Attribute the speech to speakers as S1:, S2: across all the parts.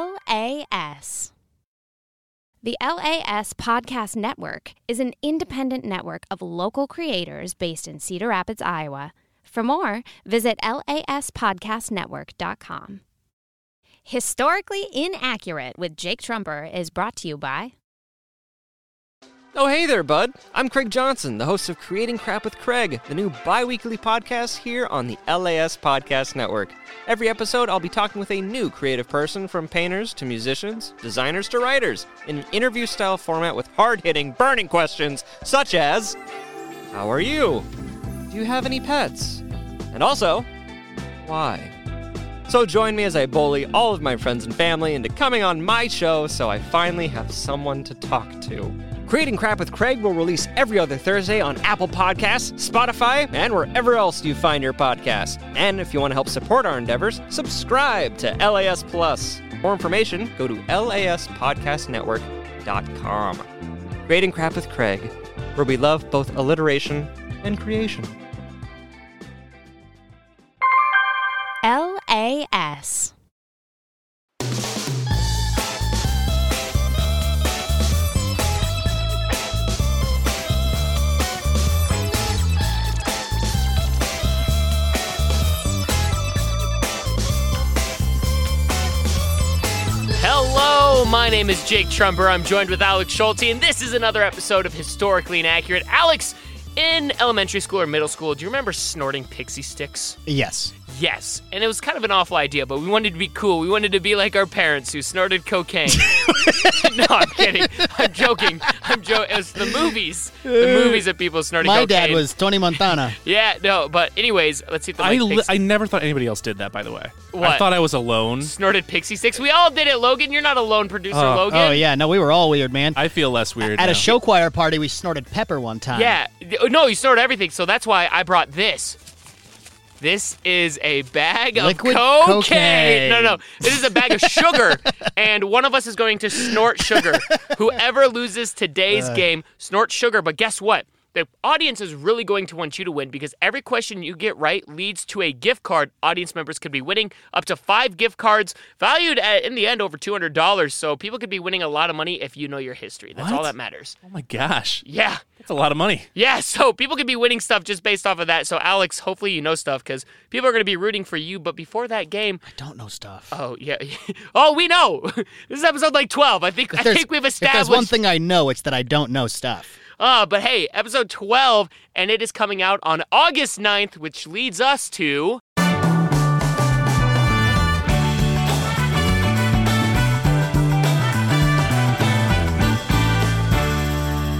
S1: LAS. The LAS Podcast Network is an independent network of local creators based in Cedar Rapids, Iowa. For more, visit laspodcastnetwork.com. Historically Inaccurate with Jake Trumper is brought to you by
S2: Oh, hey there, bud. I'm Craig Johnson, the host of Creating Crap with Craig, the new bi weekly podcast here on the LAS Podcast Network. Every episode, I'll be talking with a new creative person from painters to musicians, designers to writers, in an interview style format with hard hitting, burning questions such as How are you? Do you have any pets? And also, why? So join me as I bully all of my friends and family into coming on my show so I finally have someone to talk to. Creating Crap with Craig will release every other Thursday on Apple Podcasts, Spotify, and wherever else you find your podcasts. And if you want to help support our endeavors, subscribe to LAS Plus. For more information, go to laspodcastnetwork.com. Creating Crap with Craig, where we love both alliteration and creation.
S1: LAS.
S3: Hello, my name is Jake Trumper. I'm joined with Alex Schulte, and this is another episode of Historically Inaccurate. Alex, in elementary school or middle school, do you remember snorting pixie sticks?
S4: Yes.
S3: Yes. And it was kind of an awful idea, but we wanted to be cool. We wanted to be like our parents who snorted cocaine. no, I'm kidding. I'm joking. I'm joking. It was the movies. The movies of people snorting
S4: Uh, My
S3: cocaine.
S4: dad was Tony Montana.
S3: Yeah, no, but anyways, let's see if the
S5: I,
S3: mic
S5: li-
S3: picks-
S5: I never thought anybody else did that, by the way.
S3: What?
S5: I thought I was alone.
S3: snorted pixie sticks. We all did it, Logan. You're not alone, producer Logan.
S4: oh yeah, no, we were all weird, man.
S5: I feel less weird.
S4: At
S5: now.
S4: a show choir party, we snorted pepper one time.
S3: Yeah. Th- oh, No, you snort everything, so that's why I brought this. This is a bag of
S4: Liquid
S3: cocaine.
S4: cocaine.
S3: No, no, this is a bag of sugar, and one of us is going to snort sugar. Whoever loses today's
S4: Uh.
S3: game snorts sugar. But guess what? The audience is really going to want you to win because every question you get right leads to a gift card. Audience members could be winning up to five gift cards, valued at, in the end over two hundred dollars. So people could be winning a lot of money if you know your history. That's all
S5: What?
S3: that matters.
S5: Oh my gosh,
S3: Yeah.
S5: that's a lot of money.
S3: Yeah, so people could be winning stuff just based off of that. So Alex, hopefully you know stuff because people are going to be rooting for you. But before that game,
S4: I don't know stuff.
S3: oh yeah, oh we know this is episode like twelve. I think I
S4: There's-
S3: think we've
S4: If there's one
S3: established.
S4: thing I know, it's that I don't know stuff.
S3: Uh, but hey, episode twelve, and it is coming out on August 9th, which leads us to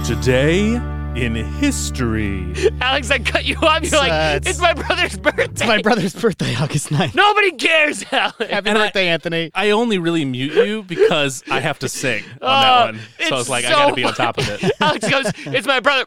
S5: Today in history.
S3: Alex. I cut you off. You're like,
S4: uh,
S3: it's,
S4: it's-
S3: my brother's birthday.
S4: It's my brother's birthday, August 9th.
S3: Nobody cares, Alex.
S4: Happy
S5: And I-
S4: birthday, Anthony.
S5: I only really mute you because I have to sing on that
S3: Uh,
S5: one.
S3: it's
S5: So I was like,
S3: so
S5: I gotta be on top of it.
S3: Alex goes, it's my brother.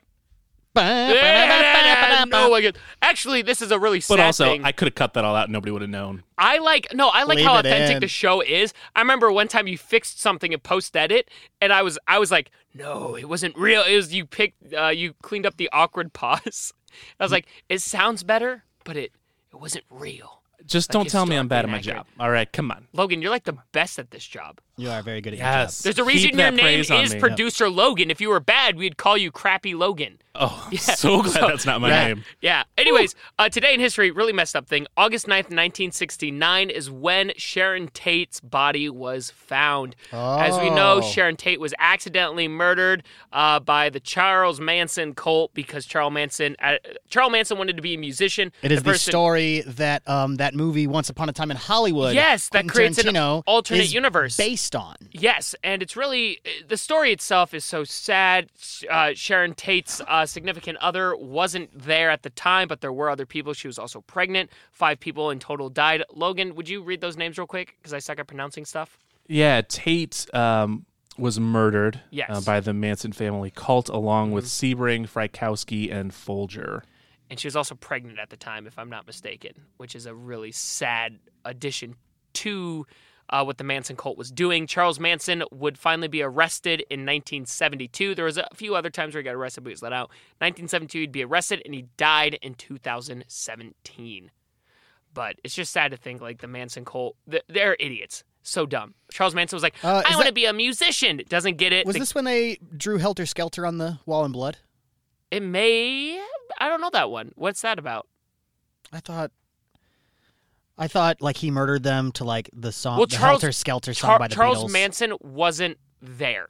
S3: no,
S4: Ba-ba-ba-ba-ba-ba.
S3: I get- Actually, this is a really sad
S5: But also,
S3: thing.
S5: I could have cut that all out. and Nobody would have known.
S3: I like no, I like
S4: Leave
S3: how
S4: it
S3: authentic
S4: in.
S3: the show is. I remember one time you fixed something in post edit, and I was I was like, no, it wasn't real. It was you picked uh, you cleaned up the awkward pause. I was like, it sounds better, but it it wasn't real.
S5: Just
S3: Like
S5: don't tell me I'm bad at my
S3: historically
S5: job.
S3: inaccurate.
S5: All right, come on.
S3: Logan, you're like the best at this job.
S4: You are very good at
S5: Yes.
S3: There's a
S5: Keep
S3: reason your
S5: that
S3: name
S5: praise on
S3: is
S5: me.
S3: producer Logan. If you were bad, we'd call you Crappy Logan.
S5: Oh, I'm so glad that's not my
S3: yeah,
S5: name.
S3: Yeah. Anyways, uh, today in history, really messed up thing. August 9th, 1969 is when Sharon Tate's body was found. As we know,
S4: Oh.
S3: Sharon Tate was accidentally murdered uh, by the Charles Manson cult because Charles Manson uh, Charles Manson wanted to be a musician.
S4: It is the,
S3: person-
S4: story that um, that movie Once Upon a Time in Hollywood.
S3: Yes, that
S4: Quentin
S3: creates an
S4: Tarantino
S3: alternate
S4: is
S3: universe.
S4: based on.
S3: Yes, and it's really uh, the story itself is so sad. Uh, Sharon Tate's uh, significant other wasn't there at the time, but there were other people. She was also pregnant. Five people in total died. Logan, would you read those names real quick? Because I suck at pronouncing stuff.
S5: Yeah, Tate um, was murdered
S3: Yes. Mm-hmm.
S5: uh, by the Manson family cult, along with Sebring, Frykowski, and Folger.
S3: And she was also pregnant at the time, if I'm not mistaken, which is a really sad addition to uh, what the Manson cult was doing. Charles Manson would finally be arrested in 1972. There was a few other times where he got arrested, but he was let out. 1972, he'd be arrested, and he died in 2017. But it's just sad to think like the Manson cult, th- they're idiots. So dumb. Charles Manson was like,
S4: Uh,
S3: I
S4: is
S3: want to
S4: that-
S3: be a musician. Doesn't get it.
S4: Was
S3: The-
S4: this when they drew Helter Skelter on the wall in blood?
S3: It may. I don't know that one. What's that about?
S4: I thought. I thought like he murdered them to like the song,
S3: Well,
S4: the
S3: Charles-
S4: Helter Skelter song
S3: Char-
S4: by the
S3: Charles
S4: Beatles.
S3: Manson wasn't there.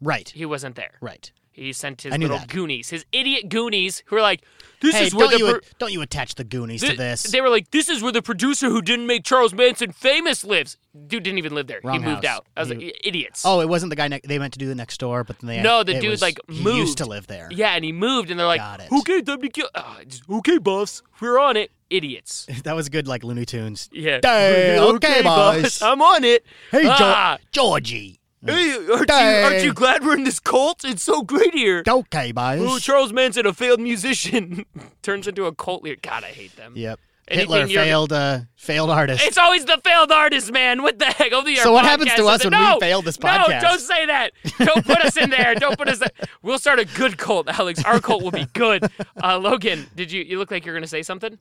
S4: right,
S3: He wasn't there.
S4: right.
S3: He sent his
S4: I knew
S3: little
S4: that.
S3: Goonies, his idiot Goonies, who were like, "This
S4: hey,
S3: is where
S4: don't
S3: the
S4: you
S3: pro-
S4: don't you attach the Goonies
S3: thi-
S4: to this?
S3: They were like, "This is where the producer who didn't make Charles Manson famous lives." Dude didn't even live there.
S4: Wrong
S3: he moved
S4: house.
S3: out. I was
S4: He-
S3: like, "I- "Idiots."
S4: oh, it wasn't the guy ne- they meant to do the next door, but then they
S3: No, the
S4: it
S3: dude,
S4: was-
S3: like,
S4: he used
S3: moved.
S4: to live there.
S3: yeah, and he moved, and they're like,
S4: Got it.
S3: "Okay, WQ, Ah, it's- okay, boss, we're on it." Idiots.
S4: that was good, like Looney Tunes.
S3: Yeah.
S4: Hey, okay, boss.
S3: I'm on it.
S4: Hey, Geo-
S3: ah,
S4: Georgie.
S3: Hey, aren't you, aren't
S4: Hey.
S3: you glad we're in this cult? It's so great here.
S4: Okay, boys.
S3: Ooh, Charles Manson, a failed musician, turns into a cult leader. God, I hate them.
S4: Yep.
S3: Anything
S4: Hitler
S3: you're-
S4: failed uh, failed artist.
S3: It's always the failed artist, man. What the heck? Over the
S4: So what happens to us when we fail this
S3: No,
S4: podcast?
S3: don't say that. Don't put us in there. Don't put us. In- we'll start a good cult, Alex. Our cult will be good. Uh, Logan, did you? You look like you're gonna say something.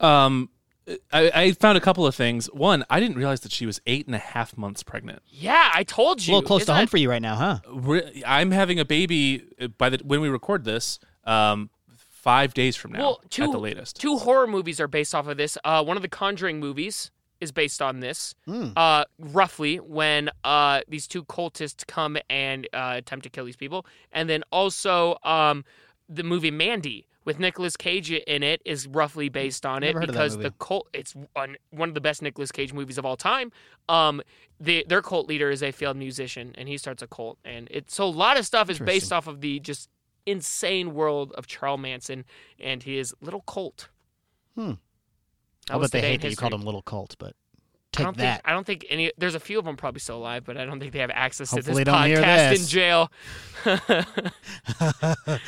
S5: Um, I, I found a couple of things. One, I didn't realize that she was eight and a half months pregnant.
S3: Yeah, I told
S4: a
S3: you. Oh.
S4: little close
S3: It's
S4: to home
S3: not-
S4: for you right now, huh?
S5: Re- I'm having a baby uh, by the when we record this. Um, five days from now
S3: Well, two
S5: at the latest.
S3: Two horror movies are based off of this. Uh, one of the Conjuring movies is based on this.
S4: Hmm.
S3: Uh, roughly when uh, these two cultists come and uh, attempt to kill these people, and then also um, the movie Mandy with Nicolas Cage in it is roughly based on it
S4: Hmm. Never heard of that
S3: because
S4: movie.
S3: the cult it's one, one of the best Nicolas Cage movies of all time. Um, the, their cult leader is a failed musician, and he starts a cult, and it's so a lot of stuff is based
S4: Interesting.
S3: off of the just insane world of Charles Manson and his little cult.
S4: Hmm.
S3: That
S4: I'll
S3: was
S4: bet they
S3: the day in
S4: hate that you called
S3: history.
S4: him Little Cult, but
S3: I
S4: take
S3: don't
S4: that.
S3: Think, I don't think any. There's a few of them probably still alive, but I don't think they have access to this
S4: Hopefully don't hear
S3: podcast in
S4: this.
S3: jail.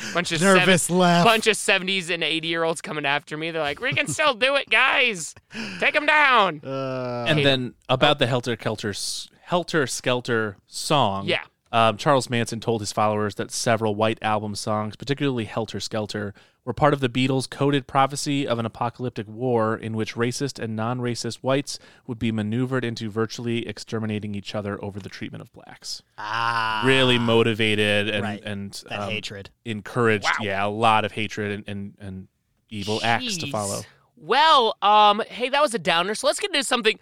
S3: bunch of
S4: Nervous
S3: Seven,
S4: laugh.
S3: bunch of 70s and 80 year olds coming after me. They're like, we can still do it, guys. Take them down.
S4: Uh,
S5: and then about the Helter Kelter Helter Skelter song.
S3: Yeah.
S5: Um, Charles Manson told his followers that several White Album songs, particularly Helter Skelter, were part of the Beatles' coded prophecy of an apocalyptic war in which racist and non racist whites would be maneuvered into virtually exterminating each other over the treatment of blacks.
S4: ah,
S5: really motivated and,
S4: right.
S5: and
S4: that
S5: um,
S4: hatred.
S5: encouraged,
S3: Wow.
S5: yeah, a lot of hatred and, and, and evil acts to
S3: Jeez.
S5: follow.
S3: Well, um, hey, that was a downer. So let's get into something.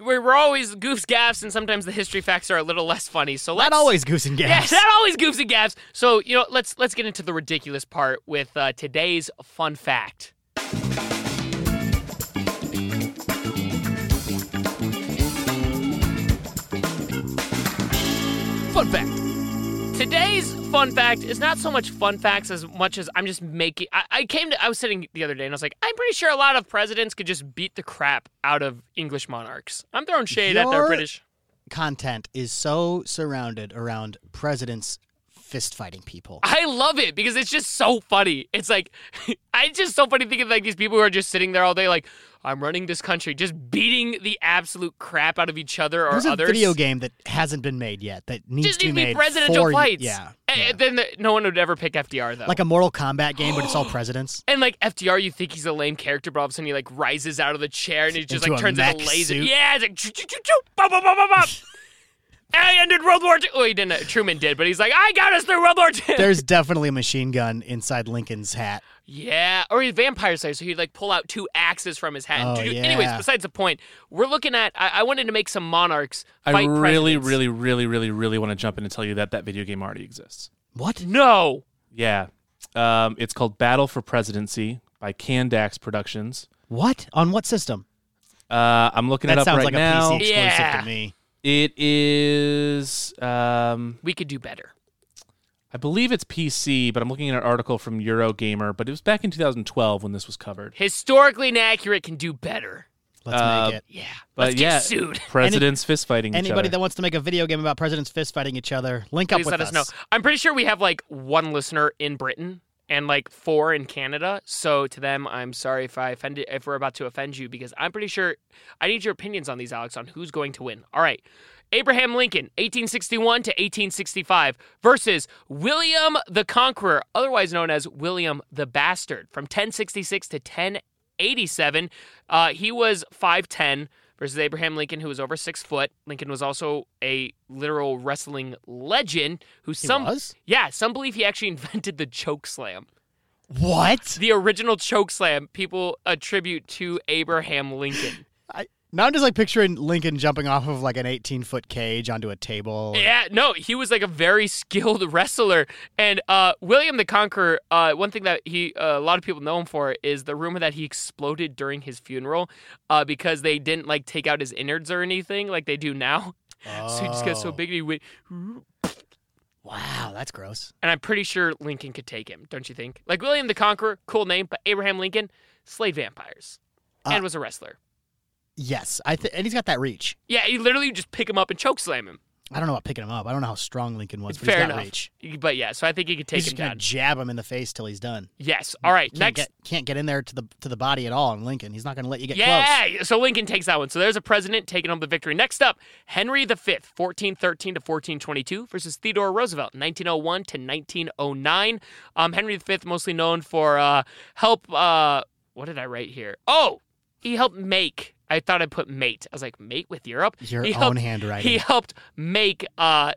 S3: We're, we're always goofs, gaffs, and sometimes the history facts are a little less funny. So let's
S4: Not always goose and
S3: Yeah,
S4: gas.
S3: that always goofs and gaps. So you know, let's let's get into the ridiculous part with uh, today's fun fact. Fun fact. Today's fun fact is not so much fun facts as much as I'm just making. I, I came to. I was sitting the other day and I was like, I'm pretty sure a lot of presidents could just beat the crap out of English monarchs. I'm throwing shade at their
S4: You're-
S3: British.
S4: Content is so surrounded around presidents fist fighting people.
S3: I love it because it's just so funny. It's like I it's just so funny thinking like these people who are just sitting there all day like I'm running this country, just beating the absolute crap out of each other or
S4: There's a
S3: others.
S4: video game that hasn't been made yet that needs
S3: just
S4: to be
S3: need to be
S4: made.
S3: presidential
S4: for-
S3: fights.
S4: Yeah.
S3: And,
S4: yeah.
S3: and then the- no one would ever pick FDR though.
S4: Like a Mortal Kombat game, but it's all presidents.
S3: and like FDR, you think he's a lame character, but all of a sudden he like rises out of the chair and he just
S4: Into
S3: like
S4: a
S3: turns into
S4: mech
S3: laser.
S4: suit.
S3: Yeah, it's like choo choo choo choo, bop bop bop bop bop. I ended World War II. Oh, he didn't. uh, Truman did, but he's like, I got us through World War II.
S4: There's definitely a machine gun inside Lincoln's hat.
S3: Yeah, or he's vampire size, so he'd like pull out two axes from his hat. and
S4: Oh,
S3: do- Anyways,
S4: yeah.
S3: besides the point, we're looking at. I, I wanted to make some monarchs
S5: I
S3: fight
S5: really,
S3: presidents.
S5: really, really, really, really want to jump in and tell you that that video game already exists.
S4: What?
S3: no.
S5: Yeah. Um, it's called Battle for Presidency by Candax Productions.
S4: What? On what system?
S5: Uh, I'm looking
S4: That
S5: it up
S4: sounds
S5: right
S4: like
S5: now.
S4: a PC exclusive
S3: Yeah.
S4: to me.
S5: It is, um,
S3: We could do better.
S5: I believe it's PC, but I'm looking at an article from Eurogamer, but it was back in 2012 when this was covered.
S3: Historically inaccurate can do better.
S4: Let's
S5: Uh,
S4: make it.
S3: Yeah,
S5: But
S3: let's
S5: yeah,
S3: get sued.
S5: presidents fistfighting each
S4: Anybody
S5: other.
S4: that wants to make a video game about presidents fist fighting each other, link up
S3: Please
S4: with
S3: let us. know. I'm pretty sure we have like one listener in Britain and like four in Canada. So to them, I'm sorry if I offended if we're about to offend you because I'm pretty sure I need your opinions on these, Alex, on who's going to win. All right. Abraham Lincoln, 1861 to 1865, versus William the Conqueror, otherwise known as William the Bastard, from 1066 to 1087. Uh, he was 5'10, versus Abraham Lincoln, who was over six foot. Lincoln was also a literal wrestling legend who some
S4: was?
S3: yeah some believe he actually invented the choke slam.
S4: What?
S3: The original choke slam people attribute to Abraham Lincoln.
S4: I, now I'm just like picturing Lincoln jumping off of like an 18 foot cage onto a table.
S3: Yeah, no, he was like a very skilled wrestler. And uh, William the Conqueror, uh, one thing that he uh, a lot of people know him for is the rumor that he exploded during his funeral uh, because they didn't like take out his innards or anything like they do now. So he just got so
S4: Oh.
S3: big and he went.
S4: Wow, that's gross.
S3: And I'm pretty sure Lincoln could take him, don't you think? Like William the Conqueror, cool name, but Abraham Lincoln slayed vampires
S4: Uh,
S3: and was a wrestler.
S4: Yes, I th- and he's got that reach.
S3: Yeah, you literally just pick him up and choke slam him.
S4: I don't know about picking him up. I don't know how strong Lincoln was, but
S3: Fair
S4: he's got
S3: enough.
S4: reach.
S3: But yeah, so I think he could take
S4: he's
S3: him
S4: just gonna
S3: down.
S4: jab him in the face till he's done.
S3: yes. All right.
S4: Can't
S3: next.
S4: get can't get in there to the to the body at all in Lincoln. He's not gonna let you get close.
S3: yeah. So Lincoln takes that one. So there's a president taking home the victory. Next up, Henry V, 1413 to 1422 versus Theodore Roosevelt, 1901 to 1909. Um, Henry V, mostly known for uh, help. Uh, what did I write here? Oh, he helped make. I thought I put mate. I was like, mate with Europe?
S4: Your
S3: he
S4: own
S3: helped,
S4: handwriting.
S3: He helped make uh,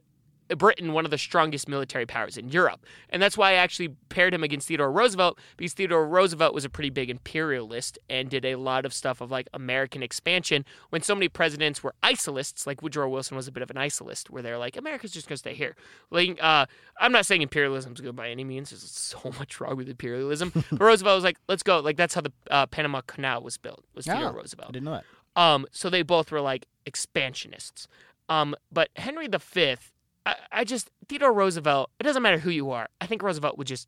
S3: Britain one of the strongest military powers in Europe. And that's why I actually paired him against Theodore Roosevelt, because Theodore Roosevelt was a pretty big imperialist and did a lot of stuff of like American expansion when so many presidents were isolists, like Woodrow Wilson was a bit of an isolist, where they're like, America's just going to stay here. Like, uh, I'm not saying imperialism's good by any means. There's so much wrong with imperialism. but Roosevelt was like, let's go. Like, that's how the uh, Panama Canal was built, was Theodore
S4: Oh, I
S3: Roosevelt.
S4: didn't know that.
S3: Um, so they both were like expansionists. Um, but Henry V, I, I just Theodore Roosevelt. It doesn't matter who you are. I think Roosevelt would just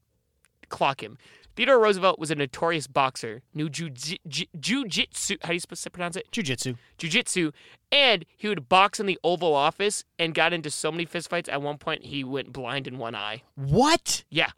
S3: clock him. Theodore Roosevelt was a notorious boxer, knew juji- ju- jujitsu. How do you supposed to pronounce it?
S4: Jiu-jitsu.
S3: Jujitsu, and he would box in the Oval Office and got into so many fistfights. At one point, he went blind in one eye.
S4: What?
S3: Yeah,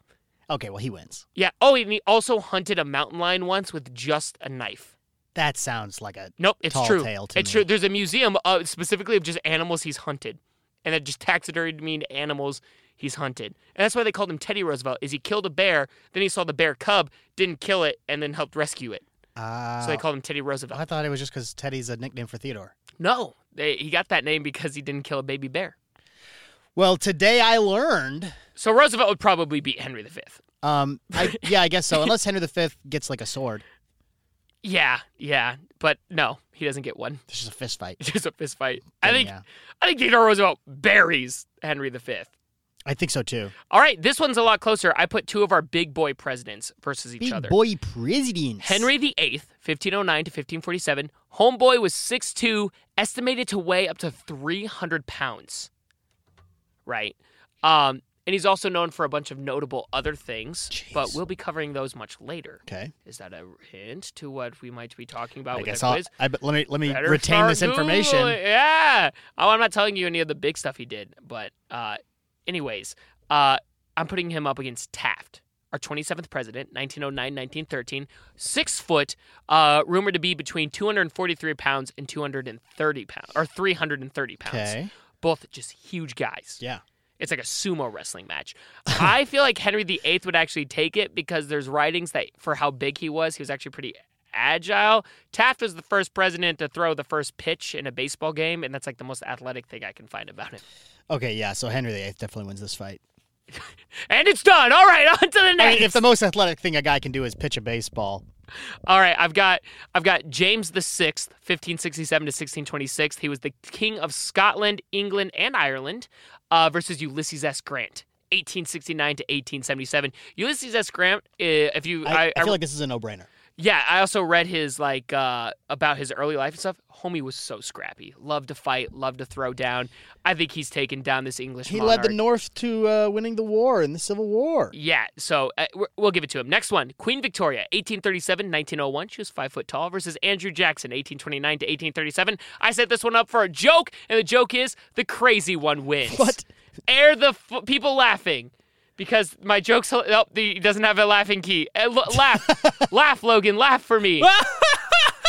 S4: Okay, well he wins.
S3: yeah. Oh, and he also hunted a mountain lion once with just a knife.
S4: That sounds like a
S3: Nope, it's
S4: tall
S3: true.
S4: tale to
S3: it's
S4: me.
S3: true. There's a museum uh, specifically of just animals he's hunted, and that just taxidermied mean animals he's hunted, and that's why they called him Teddy Roosevelt. Is he killed a bear, then he saw the bear cub, didn't kill it, and then helped rescue it,
S4: Uh,
S3: so they called him Teddy Roosevelt.
S4: I thought it was just because Teddy's a nickname for Theodore.
S3: No, they, he got that name because he didn't kill a baby bear.
S4: Well, today I learned.
S3: So Roosevelt would probably beat Henry V.
S4: Um, I, yeah, I guess so. Unless Henry V gets like a sword,
S3: Yeah, yeah, but no, he doesn't get one.
S4: this is a fist fight.
S3: It's just a fist fight. I
S4: Then,
S3: think
S4: yeah.
S3: I think Theodore Roosevelt buries Henry V.
S4: I think so too.
S3: All right, this one's a lot closer. I put two of our big boy presidents versus each
S4: Big
S3: other.
S4: boy presidents.
S3: Henry VIII, 1509 to 1547. Homeboy was 6'2, estimated to weigh up to 300 pounds. Right. Um, and he's also known for a bunch of notable other things, but
S4: Jeez.
S3: we'll be covering those much later.
S4: Okay.
S3: Is that a hint to what we might be talking about
S4: I
S3: with
S4: guess
S3: our
S4: I'll,
S3: quiz?
S4: I, but let me let me
S3: Better
S4: retain
S3: start
S4: this information.
S3: Googling. Yeah. Oh, I'm not telling you any of the big stuff he did, but uh, anyways, uh, I'm putting him up against Taft, our 27th president, 1909-1913, six foot, uh, rumored to be between 243 pounds and 230 pounds or 330 pounds.
S4: Okay.
S3: Both just huge guys.
S4: Yeah.
S3: It's like a sumo wrestling match. I feel like Henry VIII would actually take it because there's writings that for how big he was, he was actually pretty agile. Taft was the first president to throw the first pitch in a baseball game, and that's like the most athletic thing I can find about him.
S4: Okay. Yeah. So Henry VIII definitely wins this fight.
S3: And it's done. All right, on to the next.
S4: I mean, if the most athletic thing a guy can do is pitch a baseball,
S3: All right, I've got I've got James the Sixth, fifteen sixty seven to sixteen twenty six. He was the king of Scotland, England, and Ireland, uh, versus Ulysses S. Grant, eighteen sixty nine to eighteen seventy seven. Ulysses S. Grant, uh, if you,
S4: I, I, feel like this is a no-brainer.
S3: yeah, I also read his like uh, about his early life and stuff. Homie was so scrappy, loved to fight, loved to throw down. I think he's taken down this English.
S4: He
S3: monarch.
S4: led the North to uh, winning the war in the Civil War.
S3: Yeah, so uh, we're- we'll give it to him. Next one, Queen Victoria, 1837, 1901. She was five foot tall versus Andrew Jackson, 1829 to 1837. I set this one up for a joke, and the joke is the crazy one wins.
S4: What?
S3: Air the f- people laughing because my joke's oh, he doesn't have a laughing key. Uh, l- laugh, laugh, Logan, laugh for me.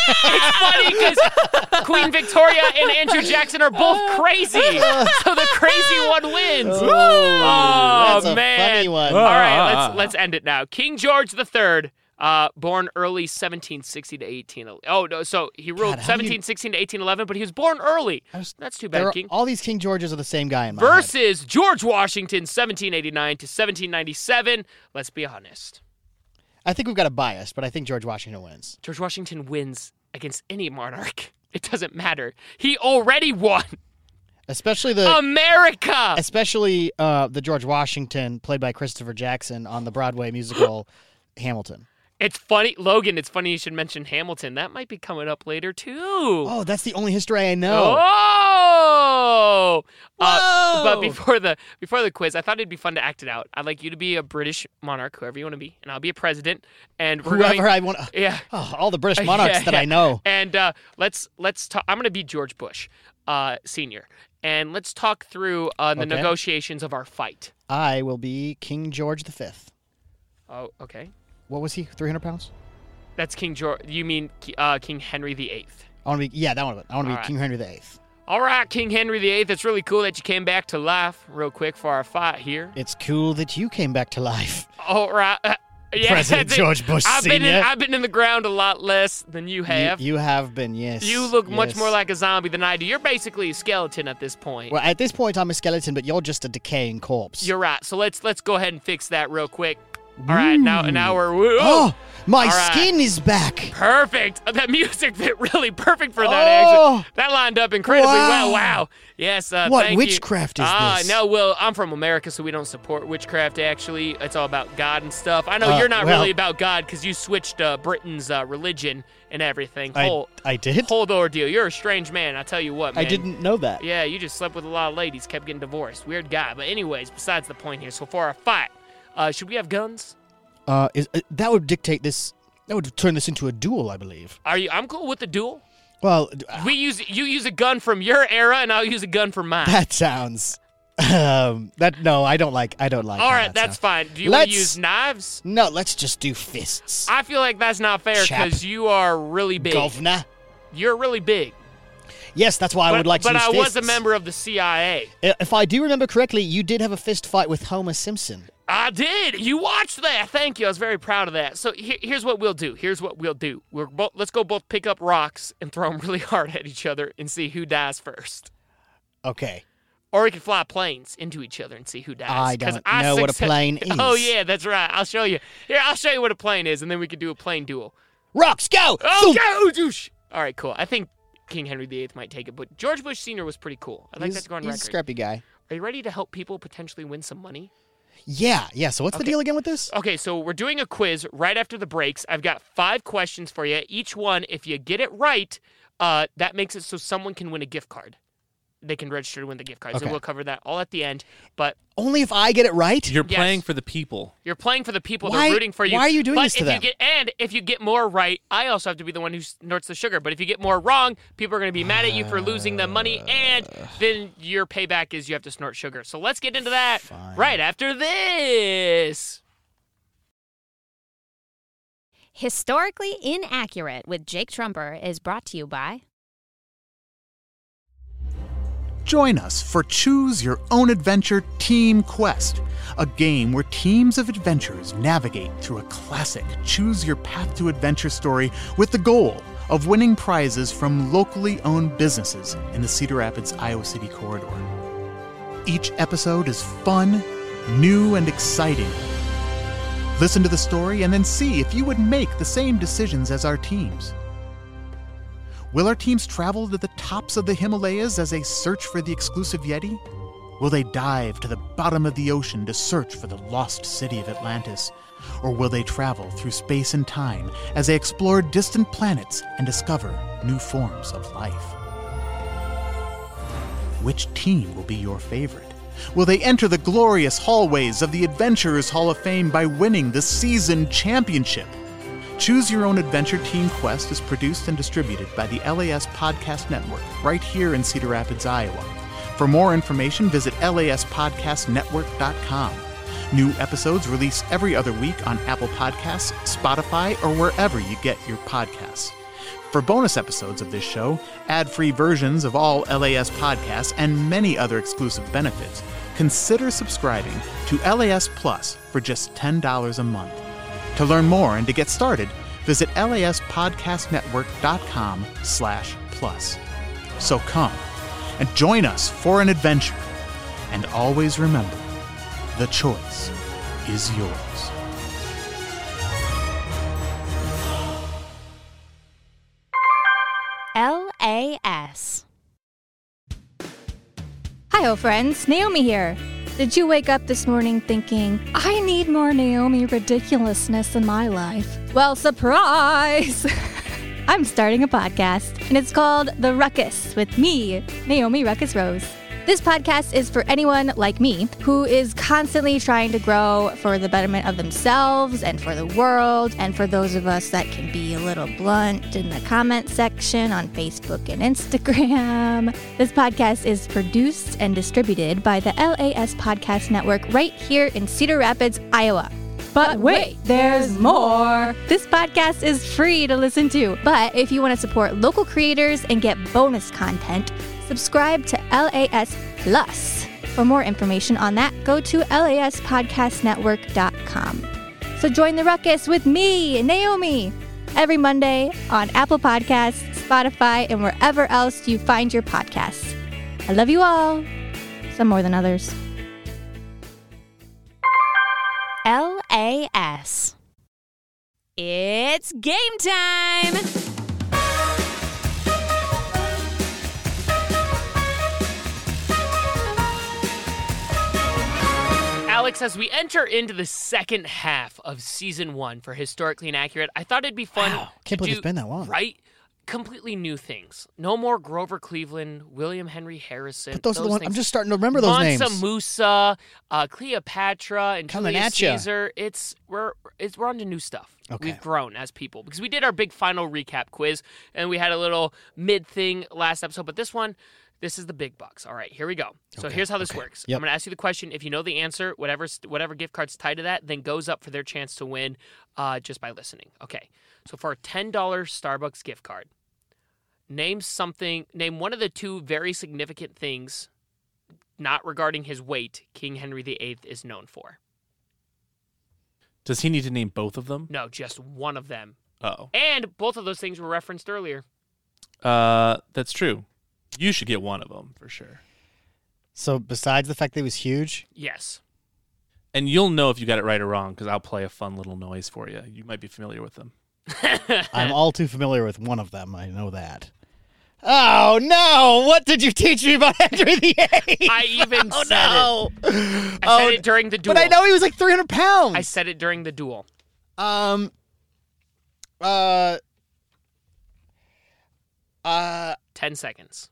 S3: it's funny because Queen Victoria and Andrew Jackson are both crazy, so the crazy one wins.
S4: Oh,
S3: Oh
S4: that's a
S3: man!
S4: funny one.
S3: All
S5: Ah, ah,
S3: right,
S5: ah.
S3: let's let's end it now. King George III, Uh, born early 1760 to 18. Oh no, so he ruled
S4: God, how do you-
S3: 1716 to 1811, but he was born early.
S4: I was-
S3: That's too
S4: There
S3: bad,
S4: are-
S3: King.
S4: all these King Georges are the same guy in my head.
S3: Versus George Washington 1789 to 1797. Let's be honest.
S4: I think we've got a bias, but I think George Washington wins.
S3: George Washington wins against any monarch. It doesn't matter. He already won.
S4: Especially
S3: Oh,
S4: the
S3: America.
S4: especially uh, the George Washington played by Christopher Jackson on the Broadway musical Hamilton.
S3: It's funny, Logan. It's funny you should mention Hamilton. That might be coming up later too.
S4: Oh, that's the only history I know.
S3: Oh! Uh, but
S2: Whoa!
S3: before the before the quiz, I thought it'd be fun to act it out. I'd like you to be a British monarch, whoever you want to be, and I'll be a president. And we're
S4: Whoever
S3: going,
S4: I want.
S3: yeah.
S4: Oh, all the British monarchs
S3: Yeah,
S4: that
S3: yeah.
S4: I know.
S3: And uh, let's let's talk. I'm going to be George Bush, uh, senior, and let's talk through uh, the
S4: Okay.
S3: negotiations of our fight.
S4: I will be King George V.
S3: Oh, okay.
S4: What was he? Three hundred pounds.
S3: That's King George. You mean uh, King Henry VIII?
S4: I want to be. Yeah, that one. I want to be
S3: All right.
S4: King Henry VIII.
S3: All right, King Henry VIII. It's really cool that you came back to life real quick for our fight here.
S4: It's cool that you came back to life.
S3: All right. Uh, yeah,
S4: President
S3: that's it.
S4: George Bush
S3: I've been in,
S4: Senior.
S3: I've been in the ground a lot less than you have. You,
S4: You, you have been, yes.
S3: look much
S4: yes.
S3: more like a zombie than I do. You're basically a skeleton at this point.
S4: Well, at this point, I'm a skeleton, but you're just a decaying corpse.
S3: You're right. So let's let's go ahead and fix that real quick. All right, now now we're woo.
S4: oh, my
S3: All right.
S4: skin is back.
S3: Perfect. Uh, That music fit really perfect for that
S4: Oh.
S3: action. That lined up incredibly well.
S4: Wow.
S3: Wow. Yes. Uh,
S4: What
S3: thank you.
S4: witchcraft is
S3: Ah,
S4: this?
S3: no. Well, I'm from America, so we don't support witchcraft. Actually, it's all about God and stuff. I know
S4: Uh,
S3: you're not
S4: well-
S3: really about God because you switched uh, Britain's uh, religion and everything.
S4: I,
S3: whole
S4: I did.
S3: whole ordeal. You're a strange man. I tell you what,
S4: I
S3: man.
S4: didn't know that.
S3: Yeah, you just slept with a lot of ladies, kept getting divorced. Weird guy. But anyways, besides the point here. So for our fight, uh, should we have guns?
S4: Uh, is, uh, that would dictate this. That would turn this into a duel, I believe.
S3: Are you? I'm cool with the duel.
S4: Well, d- uh,
S3: We use you use a gun from your era, and I'll use a gun from mine.
S4: that sounds. Um, that no, I don't like. I don't like.
S3: All
S4: how
S3: right,
S4: that
S3: that's
S4: sounds.
S3: fine. Do you want to
S4: Let's-
S3: use knives?
S4: No, let's just do fists,
S3: I feel like that's not fair
S4: Chap.
S3: because you are really big.
S4: governor.
S3: You're really big.
S4: Yes, that's why I
S3: but,
S4: would like to.
S3: But
S4: use
S3: I was
S4: fists.
S3: a member of the CIA.
S4: I- If I do remember correctly, you did have a fist fight with Homer Simpson.
S3: I did. You watched that. Thank you. I was very proud of that. So he- here's what we'll do. Here's what we'll do. We're both. Let's go both pick up rocks and throw them really hard at each other and see who dies first.
S4: Okay.
S3: Or we could fly planes into each other and see who dies.
S4: I
S3: 'Cause
S4: don't know what a
S3: succe-
S4: plane
S3: Oh
S4: is.
S3: yeah, that's right. I'll show you. Here, I'll show you what a plane is, and then we could do a plane duel.
S4: Rocks, go!
S3: Oh,
S4: Thump!
S3: go, douche. All right, cool. I think King Henry VIII might take it, but George Bush Sr. was pretty cool. I'd like
S4: he's,
S3: that to go on
S4: he's
S3: record.
S4: a scrappy guy.
S3: Are you ready to help people potentially win some money?
S4: Yeah, yeah. So what's the
S3: Okay.
S4: deal again with this?
S3: Okay, so we're doing a quiz right after the breaks. I've got five questions for you. Each one, if you get it right, uh, that makes it so someone can win a gift card. They can register to win the gift cards, and
S4: Okay.
S3: we'll cover that all at the end. But
S4: Only if I get it right.
S5: You're
S3: Yes.
S5: playing for the people.
S3: you're playing for the people;
S4: Why-
S3: they're rooting for you.
S4: why are you doing
S3: but
S4: this to
S3: if
S4: them?
S3: You get, and if you get more right, I also have to be the one who snorts the sugar. But if you get more wrong, people are going to be mad at you for losing them money, and then your payback is you have to snort sugar. So let's get into that right after this.
S1: Historically Inaccurate with Jake Trumper is brought to you by
S6: Join us for Choose Your Own Adventure Team Quest, a game where teams of adventurers navigate through a classic Choose Your Path to Adventure story with the goal of winning prizes from locally owned businesses in the Cedar Rapids, Iowa City corridor. Each episode is fun, new, and exciting. Listen to the story and then see if you would make the same decisions as our teams. Will our teams travel to the tops of the Himalayas as they search for the exclusive Yeti? Will they dive to the bottom of the ocean to search for the lost city of Atlantis? Or will they travel through space and time as they explore distant planets and discover new forms of life? Which team will be your favorite? Will they enter the glorious hallways of the Adventurers Hall of Fame by winning the season championship? Choose Your Own Adventure Team Quest is produced and distributed by the LAS Podcast Network right here in Cedar Rapids, Iowa. For more information, visit laspodcastnetwork.com. New episodes released every other week on Apple Podcasts, Spotify, or wherever you get your podcasts. For bonus episodes of this show, ad free versions of all LAS podcasts, and many other exclusive benefits, consider subscribing to LAS Plus for just $10 a month. To learn more and to get started, visit laspodcastnetwork.com slash plus. So come and join us for an adventure. And always remember, the choice is yours.
S1: LAS.
S7: Hi, old friends. Naomi here. Did you wake up this morning thinking, I need more Naomi ridiculousness in my life? Well, surprise! I'm starting a podcast, and it's called The Ruckus with me, Naomi Ruckus Rose. This podcast is for anyone like me who is constantly trying to grow for the betterment of themselves and for the world, and for those of us that can be a little blunt in the comment section on Facebook and Instagram. This podcast is produced and distributed by the LAS Podcast Network right here in Cedar Rapids, Iowa. But wait, there's more. This podcast is free to listen to. But if you want to support local creators and get bonus content, subscribe to LAS Plus. For more information on that, go to laspodcastnetwork.com. So join the ruckus with me, Naomi, every Monday on Apple Podcasts, Spotify, and wherever else you find your podcasts. I love you all, some more than others.
S1: LAS. It's game time!
S3: Alex, as we enter into the second half of season one for historically inaccurate, I thought it'd be fun.
S4: Can't
S3: to
S4: believe
S3: do,
S4: it's been that long.
S3: Right? Completely new things. No more Grover Cleveland, William Henry Harrison.
S4: But those, are the ones I'm
S3: things.
S4: just starting to remember those
S3: Mansa
S4: names.
S3: Musa, uh, Cleopatra, and
S4: Coming
S3: Julius
S4: at ya.
S3: Caesar. It's we're it's we're on to new stuff.
S4: Okay.
S3: We've grown as people because we did our big final recap quiz and we had a little mid thing last episode, but this one, this is the big bucks. All right, here we go. So here's how this works.
S4: Yep.
S3: I'm going to ask you the question. If you know the answer, whatever whatever gift card's tied to that, then goes up for their chance to win uh, just by listening. Okay. So for a ten dollar Starbucks gift card, name something. Name one of the two very significant things not regarding his weight, King Henry VIII is known for.
S5: Does he need to name both of them?
S3: No, just one of them.
S5: Oh.
S3: And both of those things were referenced earlier.
S5: Uh, that's true. You should get one of them for sure.
S4: So besides the fact that he was huge,
S3: Yes.
S5: And you'll know if you got it right or wrong because I'll play a fun little noise for you. You might be familiar with them.
S4: I'm all too familiar with one of them. I know that. Oh no! What did you teach me about Henry VIII?
S3: I even
S4: oh
S3: said
S4: no! Oh,
S3: it. I said it during the duel.
S4: But I know he was like 300
S3: I
S4: pounds.
S3: said it during the duel.
S4: um. Uh. Uh.
S3: 10 seconds.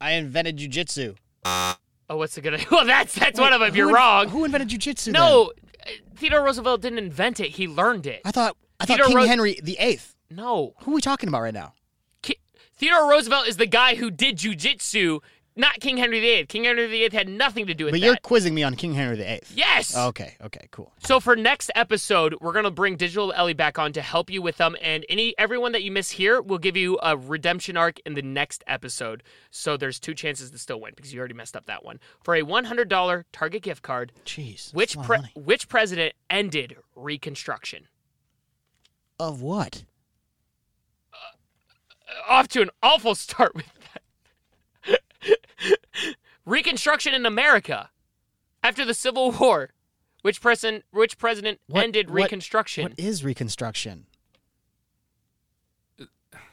S4: I invented jujitsu.
S3: Oh, what's the good? Well, that's that's one of them.
S4: Who
S3: You're
S4: in-
S3: wrong.
S4: Who invented jujitsu?
S3: no, uh, Theodore Roosevelt didn't invent it. He learned it.
S4: then? I thought I thought
S3: Theodore
S4: King
S3: Ro-
S4: Henry the Eighth.
S3: no.
S4: Who are we talking about right now?
S3: Ki- Theodore Roosevelt is the guy who did jujitsu, not King Henry VIII. King Henry VIII had nothing to do with
S4: But
S3: that.
S4: you're quizzing me on King Henry the Eighth.
S3: Yes.
S4: Okay. Okay. Cool.
S3: So for next episode, we're gonna bring Digital Ellie back on to help you with them, and any everyone that you miss here will give you a redemption arc in the next episode. So there's two chances to still win because you already messed up that one for a one hundred dollar Target gift card.
S4: Jeez. that's a
S3: Which
S4: lot of
S3: pre-
S4: money.
S3: which president ended Reconstruction?
S4: of what?
S3: Uh, Off to an awful start with that. Reconstruction in America after the Civil War. Which president? Which president
S4: What-
S3: ended
S4: what-
S3: Reconstruction?
S4: What is Reconstruction?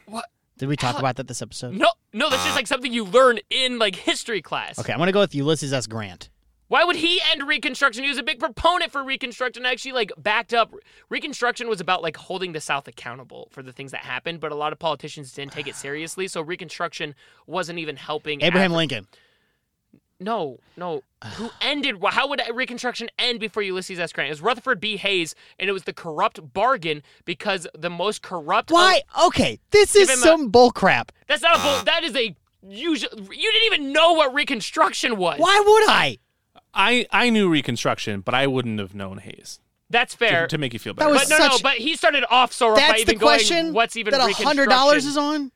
S3: What?
S4: Did we talk
S3: How-
S4: about that this episode?
S3: No, no, that's just like something you learn in like history class.
S4: Okay, I'm gonna go with Ulysses S. Grant.
S3: Why would he end Reconstruction? He was a big proponent for Reconstruction. and Actually, like backed up. Reconstruction was about like holding the South accountable for the things that happened, but a lot of politicians didn't take it seriously. So Reconstruction wasn't even helping.
S4: Abraham
S3: Afri-
S4: Lincoln.
S3: No, no. Who ended? How would Reconstruction end before Ulysses S. Grant? It was Rutherford B. Hayes, and it was the corrupt bargain because the most corrupt.
S4: Why? Okay, this is
S3: him a-
S4: some bull crap.
S3: That's not a bull. That is a usual. You didn't even know what Reconstruction was.
S4: Why would I?
S5: I, I knew Reconstruction, but I wouldn't have known Hayes
S3: That's
S5: to,
S3: fair.
S5: to make you feel
S4: That
S5: better.
S4: was
S3: But no, no,
S4: such-
S3: but he started off so rough by
S4: That's
S3: even
S4: the question.
S3: going, what's even
S4: that a hundred dollars
S3: Reconstruction?"
S4: is on.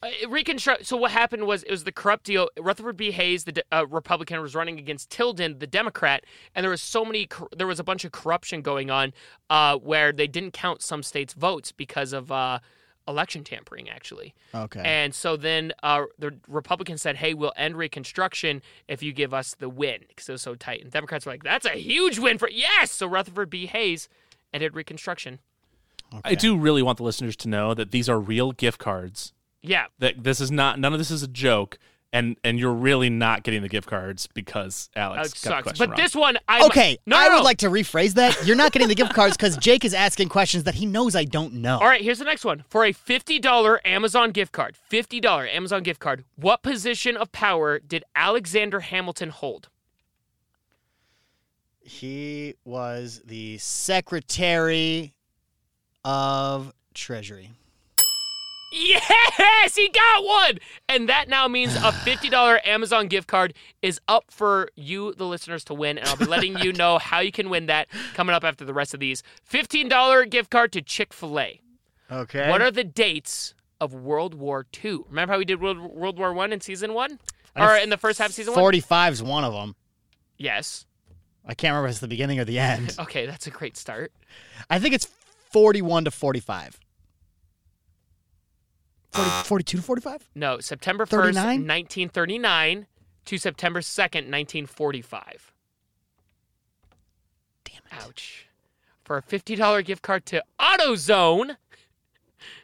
S3: Uh, reconstruct. So what happened was it was the corrupt deal. Rutherford B. Hayes, the de- uh, Republican, was running against Tilden, the Democrat, and there was so many. Cor- there was a bunch of corruption going on, uh, where they didn't count some states' votes because of uh, election tampering, actually.
S4: Okay.
S3: And so then uh, the Republicans said, "Hey, we'll end Reconstruction if you give us the win," because it was so tight. And Democrats were like, "That's a huge win for yes." So Rutherford B. Hayes ended Reconstruction.
S5: I do really want the listeners to know that these are real gift cards.
S3: Yeah,
S5: That this is not none of this is a joke, and and you're really not getting the gift cards because Alex
S3: that uh,
S5: got the
S3: sucks.
S5: question
S3: But
S5: wrong.
S3: this one, I
S4: Okay,
S3: No,
S4: I
S3: no,
S4: would
S3: no.
S4: like to rephrase that. You're not getting the gift cards because Jake is asking questions that he knows I don't know.
S3: All right, here's the next one. For a $50 Amazon gift card, $50 Amazon gift card, what position of power did Alexander Hamilton hold?
S4: He was the Secretary of Treasury.
S3: Yes, he got one. And that now means a $50 Amazon gift card is up for you, the listeners, to win. And I'll be letting you know how you can win that coming up after the rest of these. $15 gift card to Chick fil A.
S4: Okay.
S3: What are the dates of World War II? Remember how we did World, World War One in season one?
S4: I know
S3: Or in the first half of season one?
S4: 45 is one of them.
S3: Yes.
S4: I can't remember if it's the beginning or the end.
S3: Okay, that's a great start.
S4: I think it's 41 to 45. 40, 42 to 45?
S3: No, September 1st,
S4: 39?
S3: 1939 to September 2nd, 1945. Damn it. Ouch. For a $50 gift card to AutoZone,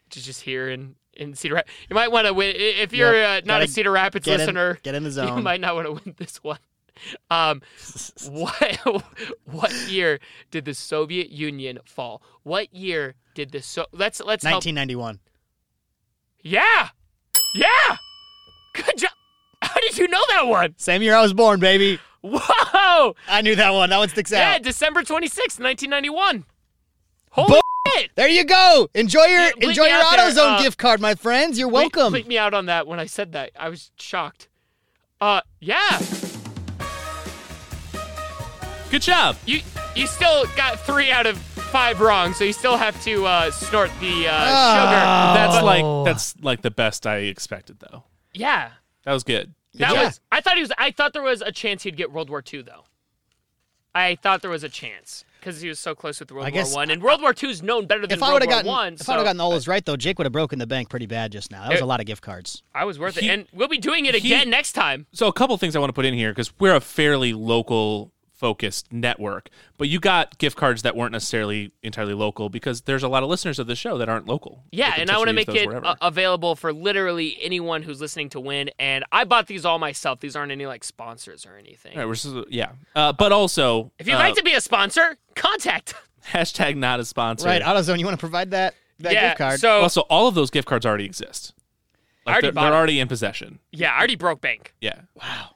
S3: which is just here in, in Cedar Rapids. You might want to win. i- If you're
S4: Yep,
S3: uh, not a
S4: gotta
S3: Cedar Rapids
S4: Get in,
S3: listener,
S4: get in the
S3: you
S4: zone.
S3: might not want to win this one. Um, what what year did the Soviet Union fall? What year did the so let's let's help
S4: 1991.
S3: yeah. Yeah. Good job. How did you know that one?
S4: Same year I was born, baby.
S3: Whoa.
S4: I knew that one. That one sticks out.
S3: Yeah, December 26th, 1991. Holy shit.
S4: There you go. Enjoy your
S3: Yeah, bleep
S4: enjoy
S3: me
S4: your
S3: out there,
S4: AutoZone
S3: uh,
S4: gift card, my friends. You're
S3: Bleep-
S4: welcome.
S3: Bleep me out on that when I said that. I was shocked. Uh, yeah.
S5: Good job.
S3: You you still got three out of five wrong, so you still have to uh, snort the
S4: Ah.
S3: uh, sugar.
S5: That's
S3: But-
S5: like that's like the best I expected though.
S3: yeah.
S5: That was good. Good
S3: That
S5: job.
S3: was. I thought he was. I thought there was a chance he'd get World War II though. I thought there was a chance because he was so close with World
S4: I
S3: War
S4: guess-
S3: One, and World War II is known better than
S4: If I
S3: World
S4: would
S3: War
S4: have gotten
S3: One.
S4: if
S3: so
S4: I would have gotten all those right though, Jake would have broken the bank pretty bad just now. That was
S3: It-
S4: a lot of gift cards.
S3: I was worth
S5: He-
S3: it, and we'll be doing it
S5: he-
S3: again next time.
S5: So a couple things I want to put in here because we're a fairly local focused network, but you got gift cards that weren't necessarily entirely local because there's a lot of listeners of the show that aren't local. They
S3: Yeah,
S5: can
S3: and I
S5: touch
S3: want to
S5: and use
S3: make
S5: those
S3: it
S5: wherever.
S3: uh, available for literally anyone who's listening to win. And I bought these all myself. These aren't any like sponsors or anything.
S5: All right, we're just- yeah, uh, but also
S3: if you'd
S5: uh,
S3: like to be a sponsor, contact.
S5: hashtag not a sponsor.
S4: Right, AutoZone, you want to provide that that
S3: yeah.
S4: gift card?
S3: So
S5: also, all of those gift cards already exist.
S3: I Oh. already
S5: they're,
S3: bought
S5: they're
S3: it.
S5: already in possession.
S3: yeah, I already broke bank.
S5: Yeah,
S4: wow,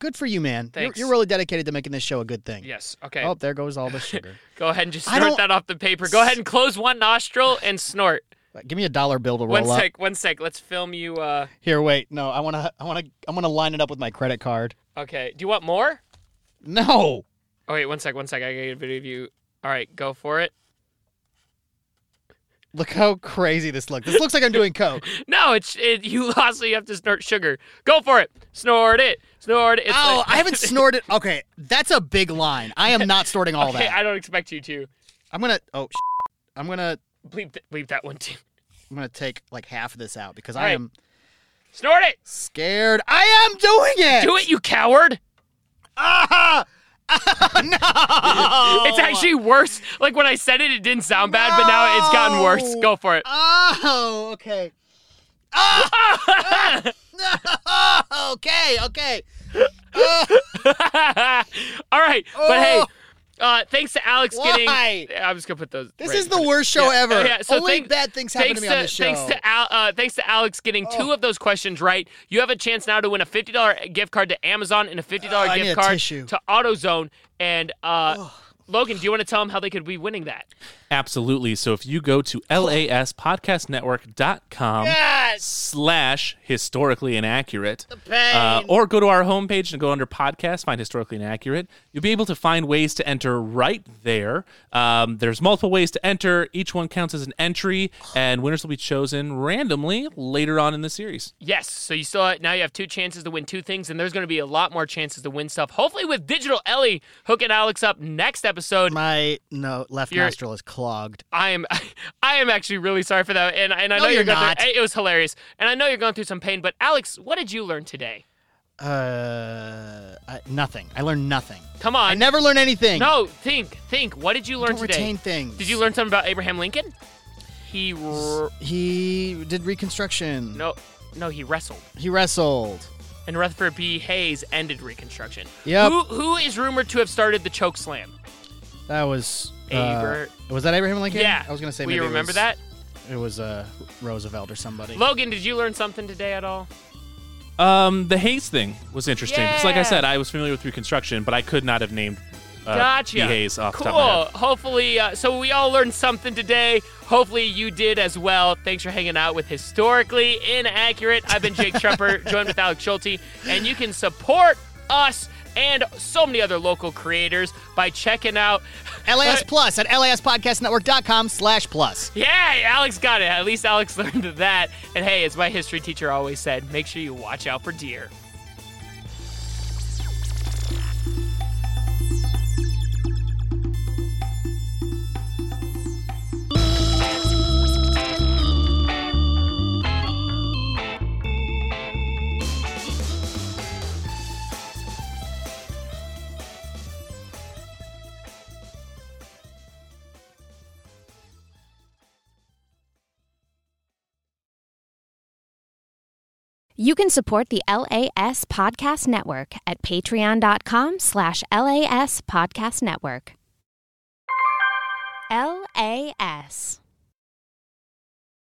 S4: good for you, man. You're,
S3: Thanks.
S4: you're really dedicated to making this show a good thing.
S3: Yes. Okay.
S4: Oh, there goes all the sugar.
S3: Go ahead and just
S4: I
S3: snort
S4: don't-
S3: that off the paper. Go ahead and close one nostril and snort.
S4: Give me a dollar bill to roll
S3: One
S4: up.
S3: sec. One sec. Let's film you. Uh,
S4: Here, wait. No, I want to I want to I want to line it up with my credit card.
S3: okay. Do you want more?
S4: No.
S3: Oh wait. One sec. One sec. I gotta get a video of you. All right. Go for it.
S4: Look how crazy this looks. This looks like I'm doing coke.
S3: No, it's it, you lost, so you have to snort sugar. Go for it. Snort it. Snort it. It's
S4: Oh,
S3: like-
S4: I haven't snorted. Okay, that's a big line. I am not snorting all
S3: Okay,
S4: that.
S3: I don't expect you to
S4: I'm gonna. Oh, sh- I'm gonna.
S3: bleep th- bleep that one too.
S4: I'm gonna take like half of this out because
S3: All
S4: I
S3: right.
S4: am
S3: Snort it.
S4: scared. I am doing it.
S3: Do it, you coward.
S4: Ah! Ah, no.
S3: It's actually worse. Like when I said it, it didn't sound bad, but now it's gotten worse.
S4: No.
S3: Go for it.
S4: Oh, okay. Ah! Ah! okay, okay.
S3: All right, but hey,
S4: Oh.
S3: uh, thanks to Alex
S4: Why?
S3: getting. I'm just gonna put those.
S4: This
S3: right
S4: is
S3: in
S4: the
S3: front of-
S4: worst show
S3: Yeah.
S4: ever.
S3: Oh, yeah, so
S4: Only
S3: thank-
S4: bad things happen to
S3: thanks
S4: me on this show. Oh.
S3: Thanks to Al, uh, thanks to Alex getting two of those questions right. You have a chance now to win a fifty dollar gift card to Amazon and a fifty dollar
S4: Oh, I need
S3: gift
S4: a
S3: card
S4: tissue.
S3: uh, to AutoZone. And uh, Logan, do you want to tell them how they could be winning that?
S5: Absolutely. So if you go to laspodcastnetwork.com slash historically inaccurate, uh, or go to our homepage and go under podcast, find historically inaccurate, you'll be able to find ways to enter right there. Um, there's multiple ways to enter. Each one counts as an entry, and winners will be chosen randomly later on in the series.
S3: Yes. So you still now you have two chances to win two things, and there's going to be a lot more chances to win stuff. Hopefully with Digital Ellie hooking Alex up next episode.
S4: My no left
S3: You're-
S4: nostril is clogged.
S3: I am, I am actually really sorry for that, and and I
S4: No,
S3: know you're,
S4: you're
S3: going
S4: not.
S3: Through, it was hilarious, and I know you're going through some pain. But Alex, what did you learn today?
S4: Uh, I, nothing. I learned nothing.
S3: Come
S4: I
S3: on,
S4: never learn anything.
S3: no, think, think. What did you learn
S4: Don't
S3: today?
S4: retain things.
S3: Did you learn something about Abraham Lincoln? He r-
S4: He did Reconstruction.
S3: no, no, he wrestled.
S4: He wrestled.
S3: And Rutherford B. Hayes ended Reconstruction.
S4: Yep.
S3: Who who is rumored to have started the choke slam?
S4: That was. uh,
S3: Abra-
S4: was that Abraham Lincoln?
S3: Yeah.
S4: I was gonna say.
S3: Will
S4: maybe
S3: you
S4: it
S3: remember
S4: was-
S3: that?
S4: It was uh, Roosevelt or somebody.
S3: Logan, did you learn something today at all?
S5: Um, the Hayes thing was interesting. 'cause like
S3: Yeah.
S5: I said, I was familiar with Reconstruction, but I could not have named uh,
S3: gotcha.
S5: B. Hayes off
S3: cool.
S5: the top of my head.
S3: Hopefully, uh, so we all learned something today. Hopefully, you did as well. Thanks for hanging out with Historically Inaccurate. I've been Jake Trumper, joined with Alex Schulte, and you can support us and so many other local creators by checking out.
S4: LAS Plus at laspodcastnetwork.com slash plus.
S3: Yeah, Alex got it. At least Alex learned that. And hey, as my history teacher always said, make sure you watch out for deer.
S1: You can support the LAS Podcast Network at patreon.com slash LAS Podcast Network. LAS.